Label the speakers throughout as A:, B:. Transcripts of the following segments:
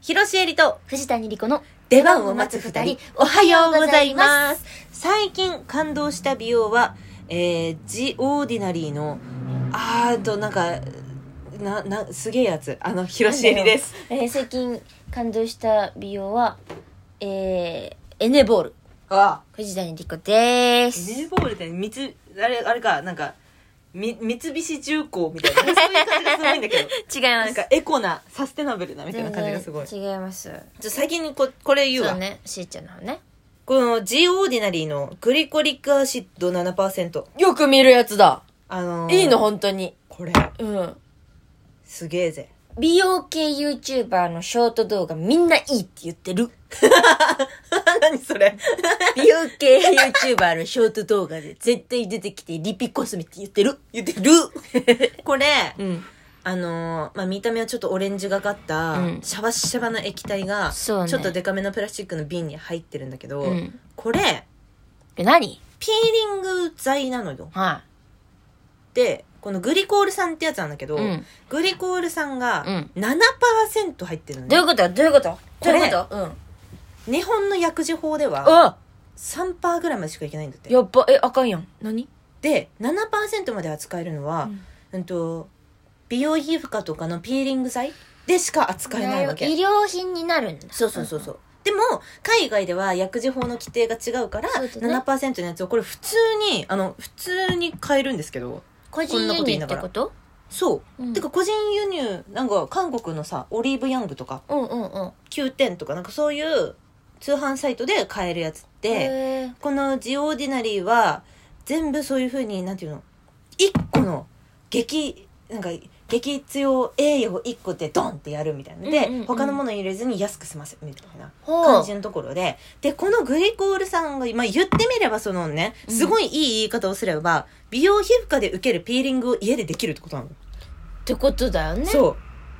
A: 広瀬えりと
B: 藤谷莉子の
A: 出番を待つ二人、おはようございます。最近感動した美容は、えー、ジ・オーディナリーの、あーと、なんか、な、な、すげえやつ。あの、広瀬えりです。
B: えー最近感動した美容はえー、エネボール
A: あ
B: 藤谷莉子で
A: エ
B: す
A: ネボールって、みつ、あれ、あれか、なんか、み、三菱重工みたいな。そういう感じがすごいんだ けど。
B: 違い
A: なんか、エコな、サステナブルな、みたいな感じがすごい。ちょ
B: 全然違います
A: 最近こ、これ言う
B: そ
A: わ。
B: うねしーちゃんの方ね
A: この G オーディナリーのグリコリックアシッド7%。
B: よく見るやつだ
A: あのー
B: いいの本当に
A: これ、
B: うん
A: すげえ ぜ。
B: 美容系 YouTuber のショート動画みんないいって言ってる
A: 何それ
B: 美容系 YouTuber のショート動画で絶対出てきてリピコスメって言ってる
A: 言ってる これ、
B: うん
A: あのーまあ、見た目はちょっとオレンジがかった、
B: うん
A: シャバシャバの液体が、
B: そうね
A: ちょっとデカめのプラスチックの瓶に入ってるんだけど、
B: うん
A: これ、
B: え何
A: ピーリング剤なのよ。
B: は
A: で、このグリコール酸ってやつなんだけど、
B: うん
A: グリコール酸
B: う
A: が
B: ん
A: 7%入ってるの
B: いどうい
A: ね、
B: うことどういうことどういうことうん
A: 日本の薬事法では、
B: あ
A: 3%ぐらいまでしかいけないんだって。
B: やっぱえあかんやん何
A: で7%まで扱えるのは、う
B: うんん、
A: と美容皮膚科とかのピーリング剤でしか扱えないわけ
B: 医療品になるんだ
A: そうそうそうそうでも海外では薬事法の規定が違うから
B: そうだね
A: 7%のやつをこれ普通にあの普通に買えるんですけど
B: 個人輸入ってこと
A: そう、
B: うん
A: てか個人輸入なんか韓国のさオリーブヤングとか
B: うんうんうん
A: Q 点とかなんかそういう通販サイトで買えるやつって、
B: へー
A: このジオーディナリーは全部そういう風になんていうの一個の激なんか激強栄養一個でドンってやるみたいなで、
B: うんうんうん
A: 他のもの入れずに安く済ませみたいな
B: ほう
A: 感じのところででこのグリコールさんが、まあ、言ってみればそのね
B: うん
A: すごいいい言い方をすれば、美容皮膚科で受けるピーリングを家でできるってことなの、
B: ってことだよね
A: そ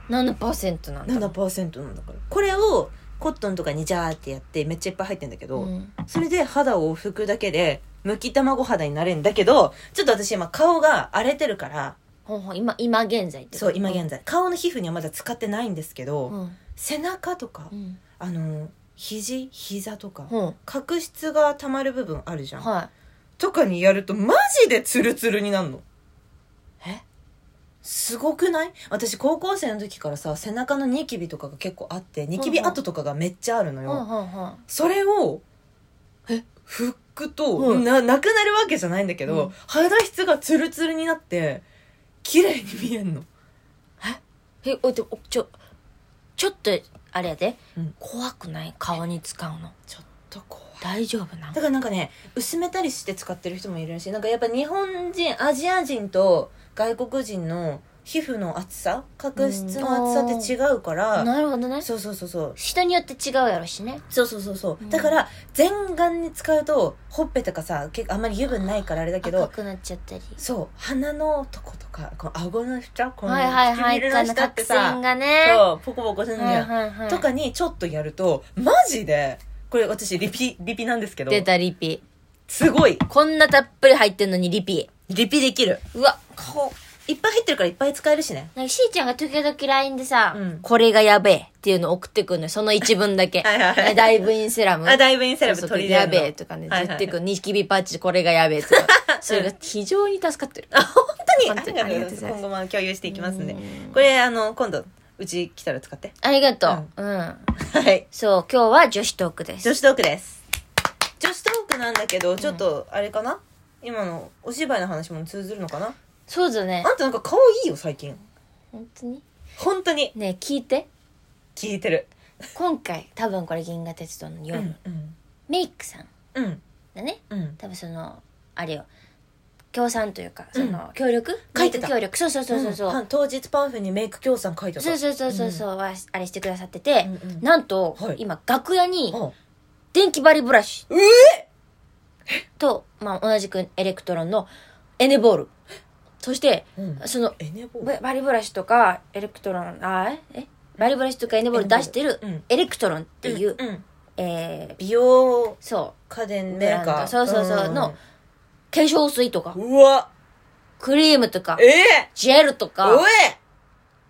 A: う
B: 7%なんだ
A: 7%なんだからこれをコットンとかにジャーってやってめっちゃいっぱい入ってんだけど、
B: うん
A: それで肌を拭くだけで、むき卵肌になれるんだけど、ちょっと私今顔が荒れてるから、
B: ほんほん今今現在ってこと
A: そう、今現在。顔の皮膚にはまだ使ってないんですけど、
B: うん
A: 背中とか
B: う、ん
A: あの、肘、膝とか、
B: ほん
A: 角質が溜まる部分あるじゃん。
B: は
A: とかにやるとマジでツルツルになるの。
B: え
A: すごくない私高校生の時からさ、背中のニキビとかが結構あって、ニキビ跡とかがめっちゃあるの
B: い
A: よ。
B: ほんほんほん
A: それを
B: え
A: 拭くと、
B: うん
A: ななくなるわけじゃないんだけど、
B: うん
A: 肌質がツルツルになって綺麗に見えんの
B: えおいでおちょちょっとあれやで、
A: うん
B: 怖くない顔に使うの
A: ちょっと怖い
B: 大丈夫な
A: だからなんかね薄めたりして使ってる人もいるしなんかやっぱ日本人アジア人と外国人の皮膚の厚さ角質の厚さって違うから、
B: のなるほどね
A: そうそうそうそう
B: 人によって違うやろしね
A: そうそうそうそう、
B: うん
A: だから全顔に使うとほっぺとかさ結構あんまり油分ないからあれだけど
B: 赤くなっちゃったり
A: そう鼻のとことかこう顎の下この
B: はいはいはい
A: 唇の下って
B: 角
A: さ
B: 栓がね
A: そうポコポコするんだ
B: はい
A: よ、
B: はいはい
A: とかにちょっとやるとマジでこれ私リピリピなんですけど
B: 出たリピ
A: すごい
B: こんなたっぷり入ってんのにリピ
A: リピできる
B: うわ顔
A: いっぱい入ってるからいっぱい使えるしね
B: なんかしーちゃんが時々 LINE でさ、
A: うん
B: これがやべえっていうの送ってくるのよその一文だけ
A: はいはいはい
B: ダイブインセラム
A: あだいぶインセレブ
B: そうそう
A: 取り入れ
B: や
A: るの
B: べえとかね、
A: はいはい
B: 言ってくるニキビパッチこれがやべ えとかそれが非常に助かってる
A: あ本当に
B: 本当に
A: ありがとうございます
B: ありがとうございます
A: 今後も共有していきますんで
B: うん
A: これあの今度うち来たら使って
B: ありがとう、うん
A: はい
B: そう今日は女子トークです
A: 女子トークです女子トークなんだけどちょっとあれかな、今のお芝居の話も通ずるのかな
B: そうだね
A: あんたなんか顔いいよ最近
B: 本当に
A: 本当に
B: ねえ聞いて
A: 聞いてる
B: 今回多分これ「銀河鉄道の
A: う
B: 夜」
A: んうん
B: メイクさん
A: うん
B: だね
A: うん
B: 多分そのあれよ協賛というか
A: う
B: そ
A: ん
B: の、協力
A: 書いてた
B: メイク協力そうそうそうそうそう、
A: ん当日パンフにメイク協賛書いてた
B: そうそうそうそうそう、はあれしてくださってて、
A: うんうん
B: なんと、
A: はい
B: 今楽屋に
A: うん
B: 電気バリブラシ
A: え
B: と、まあ、同じくエレクトロンのエネボールそして、
A: うん
B: その
A: エネボ
B: ババリブラシとかエレクトロンあーええバリブラシとかエネボール出してる
A: うん
B: エレクトロンってい
A: ん
B: う、
A: ん
B: えー、
A: 美容
B: そ
A: 家電メーカー
B: ブランドそうそうそうんのう化粧水とか
A: うわ
B: クリームとか
A: ええ
B: ジェルと
A: お
B: か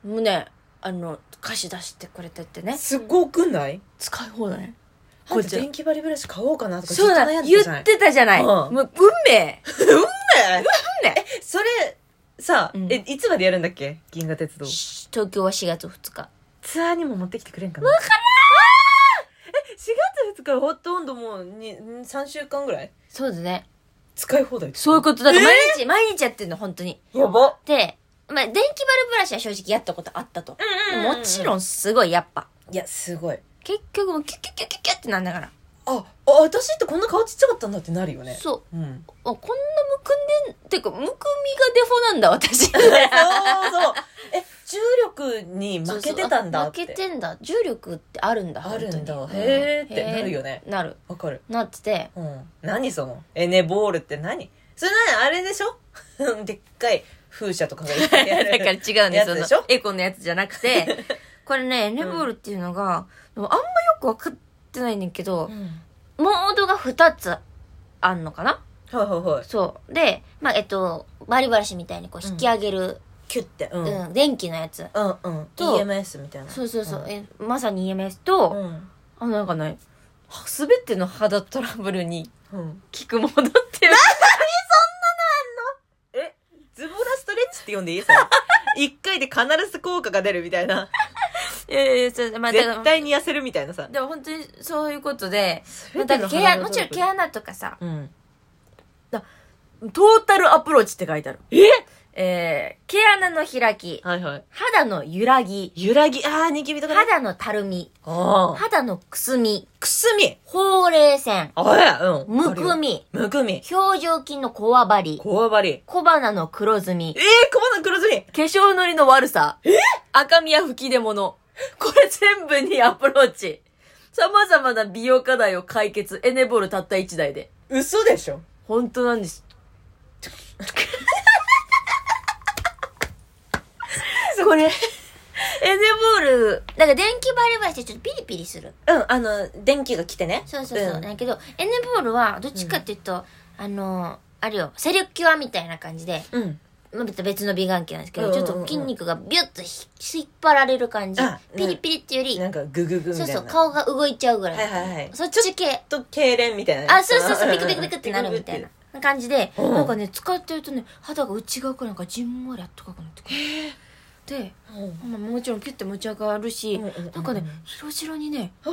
A: え
B: もうねあの歌詞出してくれてってね
A: すごくない
B: 使い放題
A: こ
B: こ
A: っ
B: っ
A: ち
B: ち
A: 電気バリブラシ買おうかなとか
B: そうだ
A: ずっと悩んで
B: 言
A: たじゃない
B: ってたじゃな
A: う
B: い、
A: ん
B: もう運命
A: ね
B: 運命
A: えそれさ、
B: うん
A: えいつまでやるんだっけ銀河鉄道
B: 東京は4月2日
A: ツアーにも持ってきてくれんかなわからえ4月2日ほとんどもうに3週間ぐらい
B: そうだね
A: 使い放題
B: そういうことだから毎日、毎日やってんの本当に
A: やば
B: でまあ電気バルブラシは正直やったことあったと、もちろ
A: ん
B: んすごいやっぱ
A: いやすごい
B: 結局もうキュッキュッキュッキュッキュッってなんだから、
A: ああ私ってこんな顔ちっちゃかったんだってなるよね
B: そう
A: うん
B: あこんなむくんでんっていうかむくみがデフォなんだ私
A: そうそうえ重力に負けてたんだっ
B: そうそうあ負け
A: て
B: てんだ重力ってあるんだ
A: あるんだ
B: 本当に
A: へーって
B: へー
A: なるよね
B: なる
A: わかる
B: なってて
A: うん何そのエネボールって何それ何あれでしょ でっかい風車とかがいっぱいあ
B: だ
A: る
B: から違うん で
A: や
B: す
A: つでし
B: そ
A: ょ
B: のエコのやつじゃなく てこれねエネボールっていうのが、でもあんまよく分かってないねんだけど
A: うん
B: モードが2つあんのかな
A: はいはいはい
B: そうでまあえっとバリバラシみたいにこう引き上げる、
A: キュッてう
B: うんん
A: うん
B: 電気のやつ
A: うん
B: と
A: EMS みたいな
B: そうそうそう、
A: ん
B: えまさに EMS と、
A: うん
B: あなんかねは全ての肌トラブルに
A: うん
B: 効くものっていう
A: えズボラストレッチって呼んでいいそ れ一回で必ず効果が出るみたいな
B: いやいやそうまあだから
A: 絶対に痩せるみたいなさ
B: でも本当にそういうことで、ま
A: 全
B: あ、
A: て
B: だ
A: の
B: から
A: 肌
B: 毛穴
A: の
B: もちろん毛穴とかさ
A: うん
B: トータルアプローチって書いてあるええー毛穴の開き
A: はいはい
B: 肌の揺らぎ
A: 揺らぎああニキビとかね
B: 肌のたるみ
A: ああ
B: 肌のくすみ
A: くすみ
B: ほうれい線
A: ああうん
B: むくみ
A: むくみ
B: 表情筋のこわばり
A: こわばり
B: 小鼻の黒ずみ
A: ええー、小鼻黒ずみ
B: 化粧のりの悪さ。赤みや吹き出物。これ全部にアプローチ。様々な美容課題を解決。エネボールたった1台で。
A: 嘘でしょ
B: 本当なんです。これ、エネボール、なんか電気バリバリしてちょっとピリピリする。
A: うん、あの、電気が来てね。
B: そうそうそう。
A: ん
B: だけど、エネボールはどっちかっていうと、あの、あれよ、セレキュアみたいな感じで、
A: うん。
B: まあ、別別の美顔器なんですけど、
A: うんうんうん
B: ちょっと筋肉がビュッとひ引っ張られる感じ
A: あ。
B: ピリピリっていうより、
A: なんか、グググみ
B: そ
A: た
B: う
A: いな。
B: そう、顔が動いちゃうぐらい。
A: はいはいはい。
B: そっち系。
A: と、痙攣みたいなやつかな。
B: あ、そうそうそう、
A: ん
B: ビクビクビクってなるみたいな。感じで、
A: うん
B: なんかね、使ってるとね、肌が内側からなんかじんわりあったかくなってくる。で、
A: うん
B: まあ、もちろんピュッて持ち上がるし、
A: うんうんうんうん
B: なんかね、色白にね、
A: あ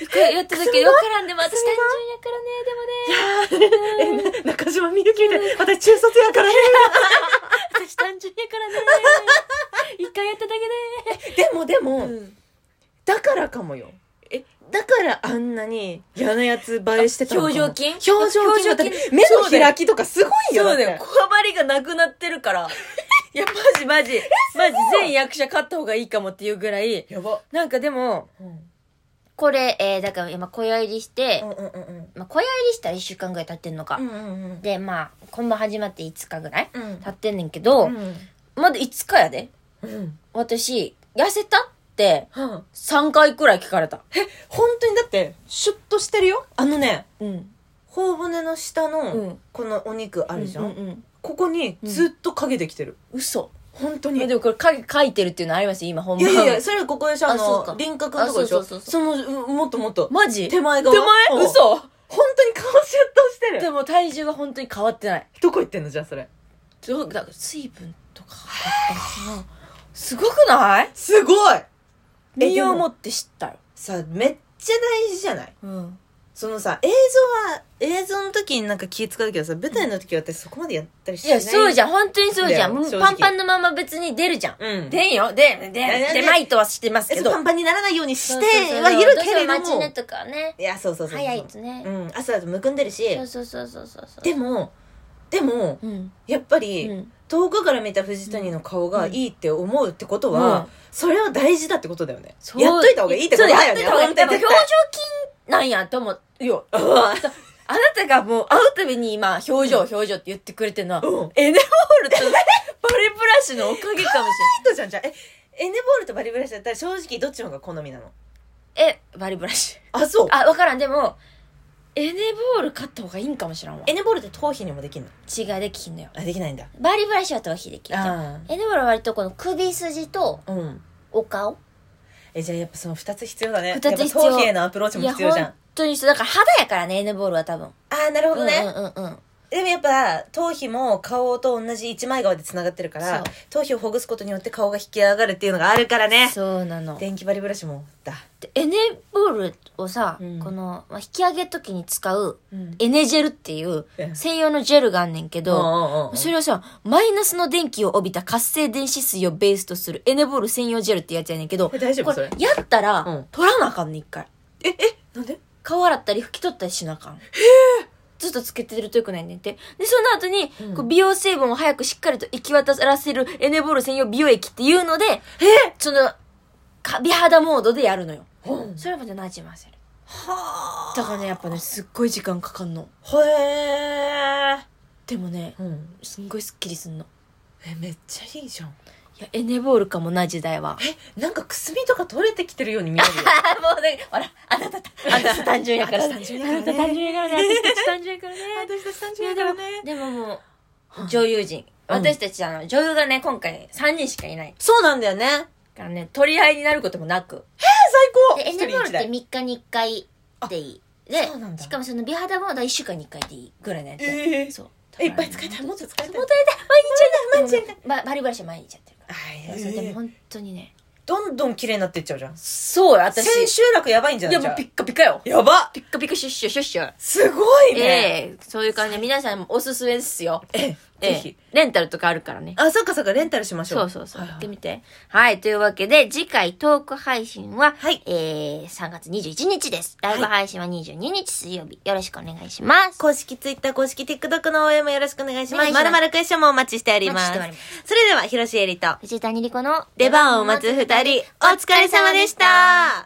B: 一回やっただけど、わからんでも私単純やからね、でもね、
A: え、な中島みゆきみたいな。私、中卒やからね。
B: 私単純やからね、一回やっただけで、
A: でも、でも、
B: うん
A: だからかもよ。え、だからあんなに嫌なやつ映えしてたのかも
B: 表情筋
A: 表情筋
B: 表情
A: だって
B: 筋
A: 目の開きとかすごいよ。
B: そうだよ
A: って。
B: こわばりがなくなってるから。いや、マジマジ。マジ全役者買った方がいいかもっていうぐらい。
A: やば。
B: なんかでも、
A: うん。
B: これ、えー、だから今、小屋入りして、
A: うんうんうん
B: まあ、小屋入りしたら1週間ぐらい経ってんのか。
A: うん。うんうん
B: で、まあ、今晩始まって5日ぐらい
A: うん。
B: 経ってんねんけど、まだ5日やで。
A: うん。
B: 私、痩せたって
A: うん。
B: 3回くらい聞かれた。
A: え、本当にだって、シュッとしてるよ。あのね、
B: うん。
A: 頬骨の下
B: う
A: の
B: ん
A: このお肉あるじゃん、
B: うんうんうん
A: ここにずっと影できてる、
B: 嘘。
A: 本当に
B: で
A: い
B: もこれ影書いてるっていうのありますよ、今本
A: や
B: 番。
A: いやいやそれここでしょあ
B: あそう
A: の
B: か
A: 輪郭のとこでしょ
B: あ
A: そ
B: そうそうそう
A: のうもっともっと
B: マジ
A: 手前側
B: 手前
A: うん
B: 嘘
A: 本当に顔シュッとしてる
B: でも体重が本当に変わってない。
A: どこ行ってんのじゃあそれ
B: どうだから水分とかだったのかなすごくない
A: すごいえ
B: 身
A: で
B: を
A: も
B: もって知ったよ。
A: さめっちゃ大事じゃない
B: うん。
A: そのさ映像は映像の時になんか気使うけどさ舞台の時は私そこまでやったりし
B: い
A: ない
B: や、そうじ
A: ゃん
B: ゃん。本当にそうじゃ
A: だよ
B: ん。もう
A: 正直
B: パンパンのまま別に出るじゃん。
A: うん
B: 出んよ。出ん、
A: や
B: 出ん。出まいとはしてます
A: えそ
B: け
A: う
B: ど。
A: パンパンにならないようにし
B: そう
A: てはいるけれ
B: どう
A: ど
B: しても
A: も
B: 待ちねとかね。
A: いやそうそうそうそう
B: 早いとね
A: う。ん朝だとむくんでるし
B: そうそうそうそうそうそう。
A: でもでも
B: うん。
A: やっぱ
B: う
A: り、
B: ん。
A: 遠くから見た藤谷の顔がいいって思うってことは、
B: うん
A: それは大事だってことだよね、
B: そう
A: やっといた方がいいってことだよね
B: そうやっといた方がいい。
A: 本
B: 表情筋なんやと思う よ。
A: 当に
B: あなたがもう会うたびに今、表情、表情って言ってくれてるのは、
A: うん
B: エネホールとバリブラシのおかげかもしれない。
A: うんじゃんじゃんえエネボールとバリブラシだったら正直どっちの方が好みなの
B: え、バリブラシ。
A: あそう
B: あ、わからん。でも、エネボール買った方がいいんかもしらんわ。
A: エネボールって頭皮にもできんの
B: 違いできんのよ。
A: あできないんだ
B: バリブラシは頭皮できるけど。
A: あ
B: エネボールは割とこの首筋と
A: あうん
B: お顔
A: えじゃあやっぱその2つ必要だね
B: 二つ必要
A: やっぱ頭皮へのアプローチ
B: い
A: も
B: や
A: 必要じゃん
B: 本当にそうだから肌やからね N ボールは多分
A: ああなるほどね、
B: うんうんうんうん
A: でもやっぱ頭皮も顔と同じ一枚皮でつながってるか
B: そう
A: ら頭皮をほぐすことによって顔が引き上がるっていうのがあるからね
B: そうなの
A: 電気バリブラシもだ、
B: でエネボールをさ、
A: うん
B: この、まあ、引き上げる時に使う
A: うん
B: エネジェルっていう
A: うん
B: 専用のジェルがあんねんけ
A: うん
B: ど、
A: うんうん
B: それをさ、マイナスの電気を帯びた活性電子水をベースとするエネボール専用ジェルってやつやねんけど、
A: え大丈夫
B: こ
A: それ
B: やったら、
A: うん
B: 取らなあかんねん、一回。
A: ええなんで
B: 顔洗ったり拭き取ったりしなあかん。ずっとつけてるとよくないねんって。で、その後に、
A: うん
B: こう美容成分を早くしっかりと行き渡らせるエネボール専用美容液っていうので、その、か美肌モードでやるのよ。
A: うん
B: それまでなじませる。
A: は
B: だからね、やっぱね、すっごい時間かかんの。
A: あへ
B: でもね
A: え、、うん、
B: すんごいスッキリすんの。
A: えめっちゃいいじゃん
B: いや、エネボールかもな、時代は。
A: えなんかくすみとか取れてきてるように見えるよ
B: もうね、ほら、あなた、あなた単純やから。
A: あなた単純やからね
B: あなた単純やからね。私たち単純やからね。
A: 私たち単
B: いや
A: 純だか
B: でも
A: らね
B: でももう、女優陣。私たち、あの、女優がね、今回3人しかいない。
A: そうなんだよね
B: からね、取り合いになることもなく。
A: 最高
C: で、エ
A: 一人
C: ネボールっ
A: 一
C: て3
A: 台
C: 日に1回でいい。
A: あそうなん
C: で、
A: だ
C: しかもその美肌モードは1週間に1回でいいぐらいのやつ。
A: ええ
C: そう。
A: えいっぱい使いたいもっと使いたい
C: もったい
A: 毎
C: ない
A: 日や
C: でもまバリブラシは毎日やってるか
A: あ
C: ら。
A: え
C: そうでも
A: え
C: 本当にね。
A: どんどん綺麗になってっちゃうじゃん
B: そうや、私。
A: 千秋楽やばいんじゃ
B: い
A: ない
B: や、
A: じ
B: も
A: ゃ
B: う
A: あ
B: ピッカピカよ。
A: やば
B: ピッカピカシュッシュシュッシュ。
A: すごいね、
B: ええそういう感じで、皆さんもおすすめですよ。
A: え
B: ええ
A: ぜひ
B: レンタルとかあるからね。
A: あそっかそっかレンタルしましょう
B: そうそうそう。
A: はい
B: や
A: はい
B: ってみて。はい。というわけで、次回トーク配信は、
A: はい
B: えー、3月21日です。ライブ配信は22日水曜日。よろしくお願いします。
A: 公式ツイッター公式 TikTok の応援もよろしくお願いしま
C: お願いしま
A: す。まするまるクエスチョンもお待ちしており
C: お待ち
A: ま
C: しており
A: す
C: ま。
A: それでは、広瀬えりと
C: 藤谷莉子の
A: 出番を待つ二人、お疲れ様でした